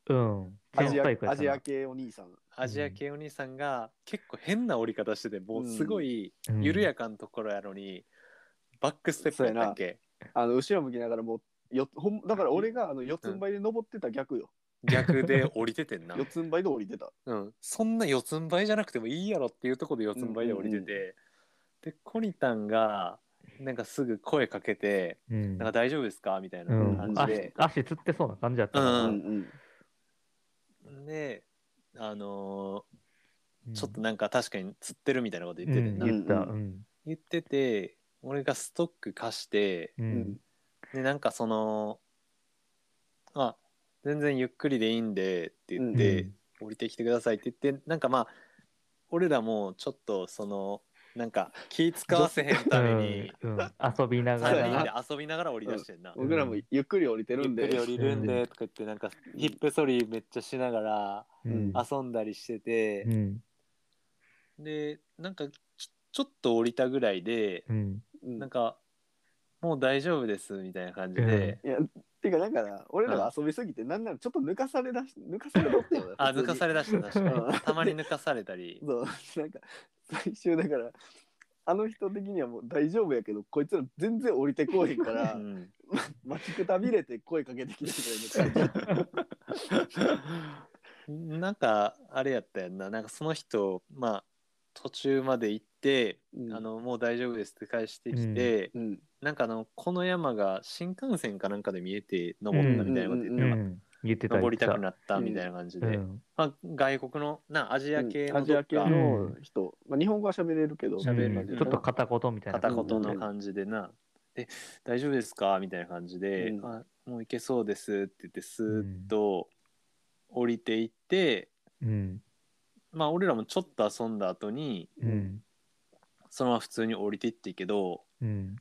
うん
アジ
テンパイクや
アア
った
ジ
な
ア系お兄さん
アジア系お兄さんが結構変な折り方しててもうすごい
うん
緩やかなところやのに、バックステップやったっけ
あの後ろ向きながらもうよほんだから俺があの四つん這いで登ってた逆よ、
逆で降りててんな
四、つん這いで降りてた
うん、そんな四つん這いじゃなくてもいいやろっていうところで四つん這いで降りてて、でコニタンがなんかすぐ声かけて
うん
なんか大丈夫ですかみたいな
うん
感じ
足
で、
足つってそうな感じだったな
う
うんん
で、あの
う
ー
ん
ちょっとなんか確かに釣ってるみたいなこと言っててんな、
うん言った
う
うん
言ってて俺がストック貸して
う
うんん
でなんかそのあ全然ゆっくりでいいんでって言って、降りてきてくださいって言ってなんかまあ俺らもちょっとそのなんか気使わせへんために
うんうん遊びなが
3人
ら
で遊びながら降り出してんな。
僕らもゆっくり降りてるん
ゆっくり降
で
りるんでとか言ってなんかヒップソリめっちゃしながら
うん
遊んだりしてて
う、ん
でなんかちょちょっと降りたぐらいで、
うん
うん
なんかもう大丈夫ですみたいな感じで、
いやていうかだから俺らが遊びすぎてなんならちょっと抜かされだし抜かされとったよな
*laughs* あ抜かさ
れ
れだした確か
うん
にたまに抜かされたり
そうなんか最終だからあの人的にはもう大丈夫やけどこいつら全然降りてこうへんか *laughs*
う
ら
ん
待ちくたびれて声かけてきてくれる感じ
*laughs* なんかあれやったやんななんかその人まあ途中まで行って、
うん
あのもう大丈夫ですって返してきて、
うん
なんかあのこの山が新幹線かなんかで見えて登ったみたいなこと言ってなかった、
うん言ってた
登りたく
っ
なったみたいな感じ
て
で、
たうん
まあ、外国のなアジア系
ア
の
ジ
ど
ア
っ
系
か
の人、まあ、日本語は喋れるけど
喋る
うんちょっと片言みたいな
片言の感じでな「で大丈夫ですか?」みたいな感じで「
うん
あもう行けそうです」って言ってスーッと降りていって、
うん
まあ俺らもちょっと遊んだ後に
うん
そのまま普通に降りていってんけど
うん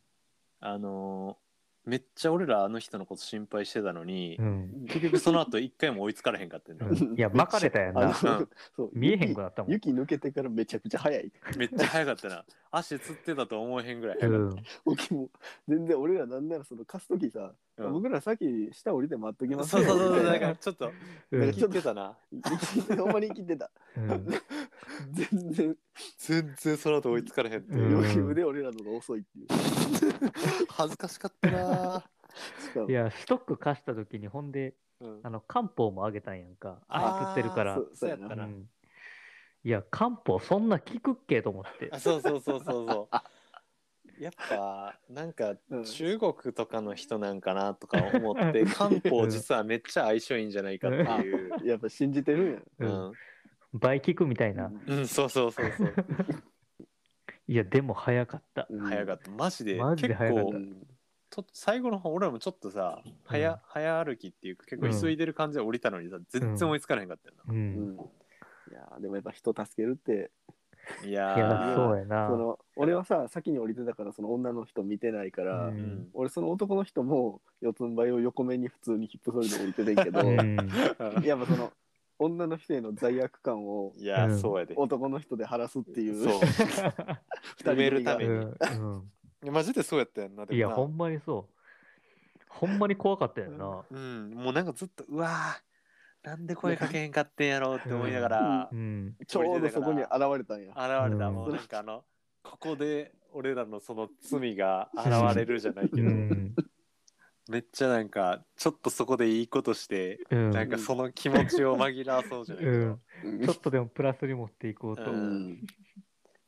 あのーめっちゃ俺らあの人のこと心配してたのに、
うん
結局その後一回も追いつかれへんかったんだ
うんいやまかれたやん
あ
な
の、
うん
*laughs* そう
見えへんくなったもん
雪雪抜けてからめちゃくちゃ早い *laughs*
めっちゃ早かったな足つってたと思えへんぐらい早
う
かっ
ん
沖も全然俺らなんならその貸す時さ、
た、うん
僕らさっき下降りて待っときます
そうそうそう
みた
だ
い
か
な
らちょっと
う
なん
ん
かちょっ
切っ
と
てたな
*laughs* ほんまに切ってた
うん
全然
全然その後追いつかれへんっていう
うん
余裕で俺らのが遅いっていう
恥ずかしかったな、
しかも
いやストック貸した時にほんで
うん
あの漢方もあげたんやんか
あー
釣ってるから
そうそうや
そうや
な
っ
うんいや漢方そんな効くっけと思って
あそうそうそうそう
*laughs*
そうやっぱなんか
うん
中国とかの人なんかなとか思って漢方実はめっちゃ相性いいんじゃないかっていう、
やっぱ信じてるんや
う
うん
ん
倍効くみたいな
うん、そうそうそうそう
いやでも早かった
うん
早かったマジで
マジで早かった
う
結
ん
構と最後の方俺らもちょっとさ早,、
うん
早歩きっていうか結構急いでる感じで降りたのにさ全然追いつかれへんかったよ
う
うんんいやーでもやっぱ人助けるって
な、いや
いや
ー
そうやな
その俺はさ先に降りてたからその女の人見てないから、
うん
うん
俺その男の人も四つん這いを横目に普通にヒップソリで降りててんけど、
うん
やっぱその女の人への罪悪感を
いやー
うん
そうやで
男の人で晴らすっていう
そう
人
埋めるた
う
め
う
に、
んうん
いやマジでそうやったやんなでも
いや
な
ほんまにそうほんまに怖かったよな
うん、もうなんかずっとうわーなんで声かけへんかってんやろうって思いながら
う
現
ん
*laughs* ちょうどそこに現れたんや。
れた、
うん
もうなんかあのここで俺らのその罪が現れるじゃないけ
う
ど、
ん
めっちゃなんかちょっとそこでいいことして、
うん
なんかその気持ちを紛らわそうじゃないけど、
うんちょっとでもプラスに持っていこうと。
う
うんん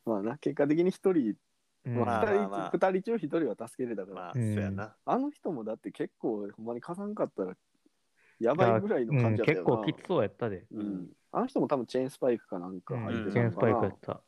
まあな結果的に一人、
うん
まあ、
まあ
二人
まあまあ
二人中一人は助けれたから、
まあ、
うん
そうやな
あ、の人もだって結構ほんまに貸さんかったらやばいぐらいの感じだったよな、
うん結構きつそうやったで。
うんあの人も多分チェーンスパイクかなんか
う
履い
ん
て
チェー
たの
ンスパイ
か
ク
な、
やった。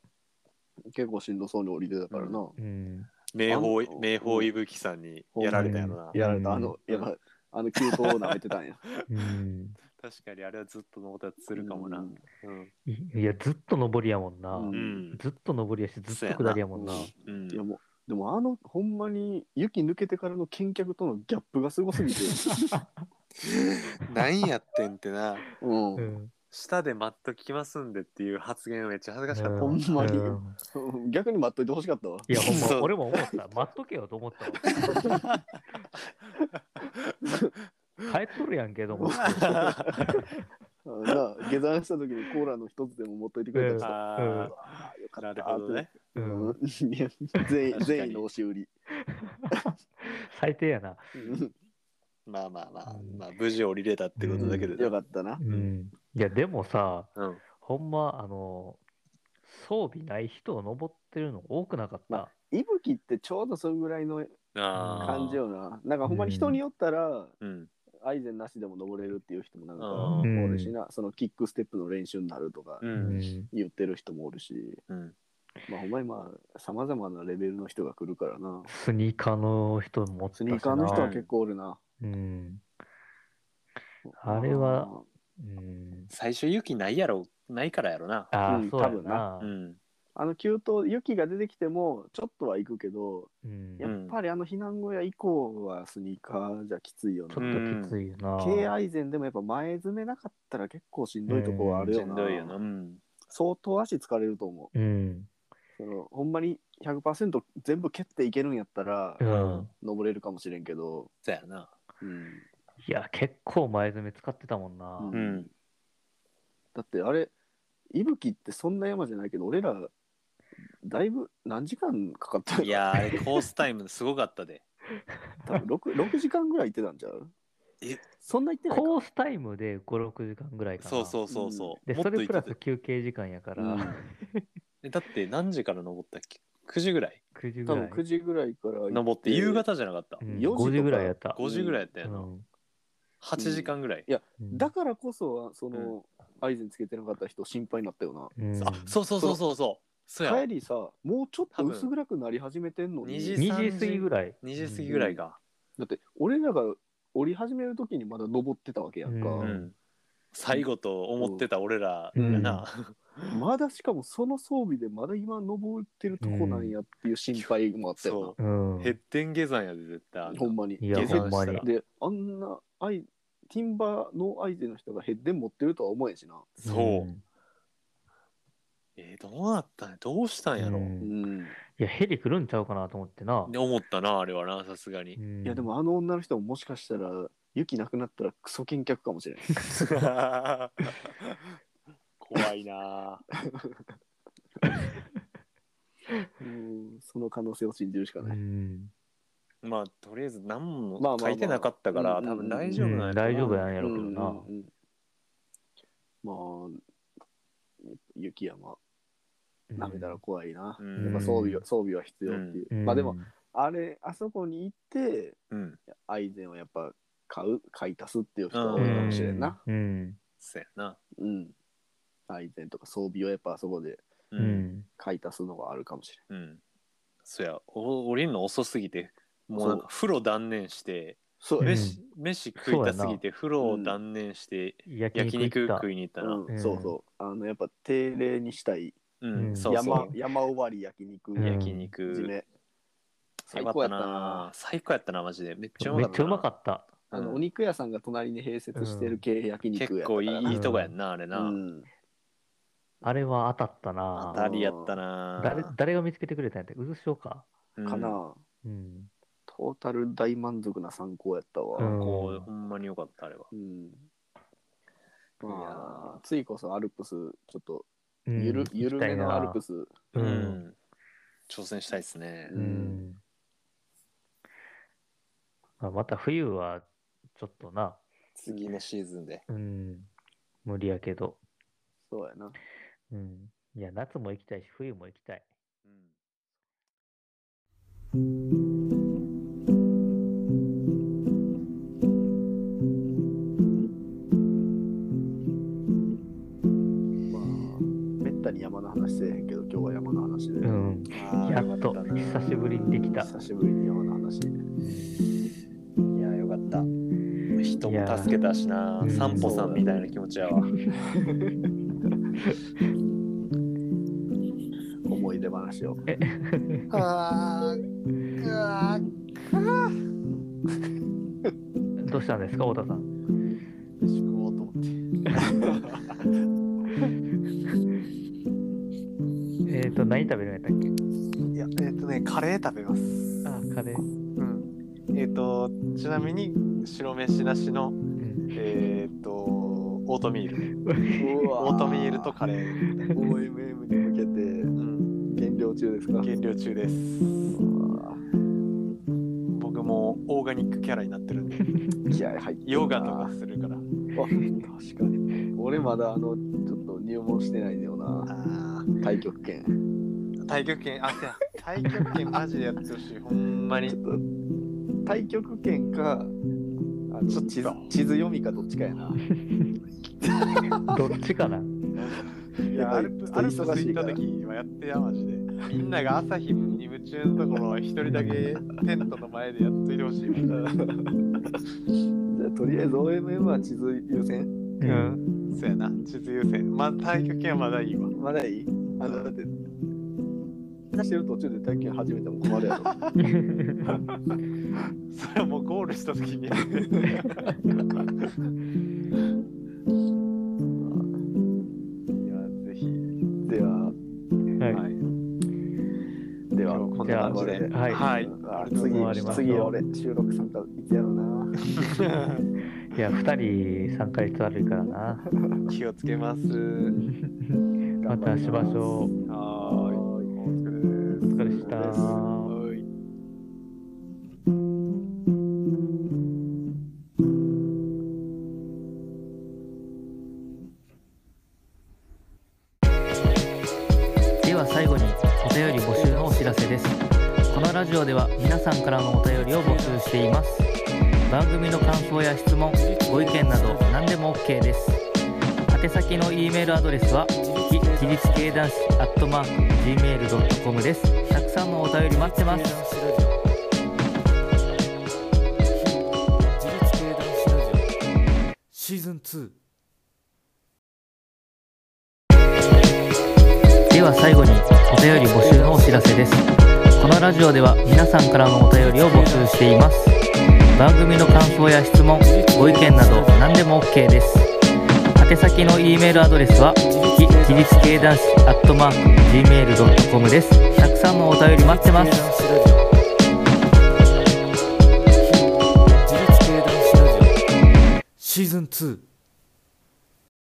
結構しんどそうに降りてたからな、
うん。
名宝
あの
名宝伊吹さんにやられたやろな、
うん
やられた、あの
うん
やばいあの急騰を舐めてたん
*laughs*
や
うん
確かにあれはずっと残ったりするかもな、
う
うんん
いいや、ずっと上りやもんな。
うん
うん
ずっと上りやし、ずっと下りやもんな。
そうや
うん
いやもうでもあのほんまに雪抜けてからの見客とのギャップがすごすぎ
*laughs*
て、
何やってんってな
うん
う、ん
下で待っときますんでっていう発言めっちゃ恥ずかしかった、
ほんまに
う
*laughs* 逆に待っといてほしかったわ
いや、ほん
そ
ま、
う
俺も思った。待っとけよと思ったわ。
*laughs*
帰っとるやんけども。
な下山した時にコーラの一つでも持っといてく
*laughs*
れたら
あ
うん
ー
さ、よか
な
っ
る
た
ほどね
う
うん
ん、
いや全員
確かに
全員の押し売り、
最低やな。
うん
まあまあまあ、
うん
まあ、無事降りれたってことだけで、
よかったな
う、ん。いや、でもさ、
うん、
ほんま、あの、装備ない人を登ってるの多くなかった。
まあ息吹ってちょうどそれぐらいの
あー
感じよななんかほんまに人によったら
うん
アイゼンなしでも登れるっていう人もなんか
うん
おるしな、そのキックステップの練習になるとか
うん
言ってる人もおるし、
うん
まあほんまにまあさまざまなレベルの人が来るからな
スニーカーの人もおったし
ス
な
ニーカーの人は結構おるな、
うん。あれはうん、
最初勇気ないやろないからやろな
ああ、
うん
そうや
多分な
な
う。ん
あの急騰雪が出てきてもちょっとは行くけど
うん、
やっぱりあの避難小屋以降はスニーカーじゃきついよ
ち
な、
ょっときついよな。
K アイゼンでもやっぱ前詰めなかったら結構しんどいとこはある
し
よ
ん
な,、
どいよなうん
相当足疲れると思
うん。
うそのほんまに100%全部蹴っていけるんやったら、
うん。
登れるかもしれんけど、
そうや
*laughs*
な
うん
いや、結構前詰め使ってたもんな。
うん
うん
だってあれ息吹ってそんな山じゃないけど俺らだいぶ何時間かかったの
いやーあれコースタイムすごかったで
多分 6, 6時間ぐらい行ってたんちゃう
え
そんな行ってないか
コースタイムで5、6時間ぐらいかな。
そうそうそうそう、
で、
もっ
そ
と
れプ
行
ラ
っ
ス
て
休憩時間やから、
うん
えだって何時から登ったっけ9時ぐらい
9時
多
ぐら
分
い。
9時ぐらいから行て
登って夕方じゃなかった、
うん、
4時とか
5時ぐらいやった。
5時ぐらいやったよな、
うん
8時間ぐらい、
うん
だからこそその、アイゼンつけてなかった人心配になったよな
うん
あそうそうそうそうそうそうや
帰りさもうちょっと薄暗くなり始めてんのに
多分
2時過ぎぐらい。
2時過ぎぐらいか、
だって俺らが降り始める時にまだ登ってたわけやんか、
う
うんん最後と思ってた俺ら
う
や
ん
な、
まだしかもその装備でまだ今登ってるとこなんやっていう心配もあったよ
うん。
ヘッデン下山やで絶対
な、
あんな
ほんまに
いや、
下
ほん
山
ま
した
に
ら。
であんなアイティンバーの相手の人がヘッデン持ってるとは思えんしな
そう、
ん
えーどうなったんどうしたんやろ、
う
うん
うん
いや、ヘリ来るんちゃうかなと思ってな。
思ったなあれはなさす
*laughs*
がに
うん
いやでもあの女の人ももしかしたら雪なくなったらクソ見客かもしれない
怖いなあ
うんその可能性を信じるしか
う
ない、
ん
まあとりあえず
まあ
何
まあ
も
まあ
書いてなかったから、
うんうんうん
多分大丈夫なんやろな
うん大丈夫やんやろうけどな
うんうんうんまあ雪山舐めたら怖いな、
うん
やっぱ装備は装備は必要っていう、
うん
まあでも、あれあそこに行って
うん
アイゼンをやっぱ買う買い足すっていう人が多いかもしれんな
うん。
そうやな
うん、アイゼンとか装備をやっぱあそこで
う
うんん。
買い足すのがあるかもし
うん、そうやお降りるの遅すぎてもうなんか風呂断念して
れんそうやね
飯,、飯食いたすぎて風呂
う
を
ん
断念して
焼
焼肉
行った
食いに行ったな
う、
うんん
そうそうあのやっぱ定例にしたい
うん、
うん
そうそう
山山終わり焼肉
うん
焼肉、
締め、
最高やったな最高やったなマジでめっちゃう
め
まか
っ
った
ちゃうまかった。
た
あのお肉屋さんが隣に併設してる系焼肉や
結
ったか
構い
らない
いいとこやんなあれな、
うん、
あれは当たったな
当。たりやったな
誰誰が見つけてくれたんやったうずしおか。
うん
かな、
うん。
トータル大満足な参考やったわ、
うん
こうほんまによかったあれは
うん。
いや
まあ、ついこそアルプス、ちょっと
うん
ゆる、緩めのアルプ
ス。
ス、
うん
挑戦したいですね
うん。まあ、また冬はちょっとな、
次のシーズンで。
うん、無理やけど、
そうやな。
うん。いや、夏も行きたいし、冬も行きたい。
うん
まあ、めったに山の話せえへんけど、今日は山の話で。
うん。
あー
やっと
よかたな
久しぶりにできた
久しぶりに山の話。
いやよかった人も助けたしな
うん
散歩さんみたいな気持ちやわ
思い出話を。
あーあ
どうしたんですか、太田さん。
飯食おうと思って。
えっ、ー、と、何食べるんやったっけ
いやえっ、とねカレー食べます
あ、カレー。
うんえっ、とちなみに白飯なしの
うん。
えっ、とオートミール
オ
オートミールとカレー
OMM に向け
うん
て減量中ですか
減量中です僕もオーガニックキャラになってるんで
気合入ってるな
ヨガとかするから
あ確かに俺まだあのちょっと入門してないんだよな
あ
太極拳
ー太極拳あいや太極拳マジでやってほしいほんま
ち
に
ょっと太極拳かあの
ちょっと
地図地図読みかどっちかやな
どっちかな
いやアル
ちょ
プ
っと
アルプス
忙し
行
い
っ
か
た
ら
時はやってやマジでみんなが朝日に夢中のところを一人だけテントの前でやっといてほしいわ
じゃあとりあえず OMM は地図優先
う
う。ん *laughs* そうやな地図優先まあ太極拳はまだいいわ *laughs*
まだいいあのだって話してる途中で太極拳始めても困るやろ
*laughs*
それはもうゴールした時に *laughs* いやぜひ
では
はい
はい
では
今日こん
じ
な
ゃあ
感じで
はい
はい
あ
終わりま
次
す
次俺収録参加いつやろうな
いや、2人参加率悪いからな。
気をつけます
またしましょう。
はーいお疲れ
お疲れ
です
した。
はい
では最後にお便り募集のお知らせですこのラジオでは皆さんからのお便りを募集しています番組の感想や質問ご意見など何でも OK です宛先の E メールアドレスは非自立系男子アットマーク Gmail.com ですたくさんのお便り待ってます
自立系男子ラジオシーズン2
では最後にお便り募集のお知らせですこのラジオでは皆さんからのお便りを募集しています番組の感想や質問ご意見など何でも OK です宛先の E メールアドレスは非自立系男子アットマーク Gmail.com ですたくさんのお便り待ってます
自立系男子ラジオシーズン2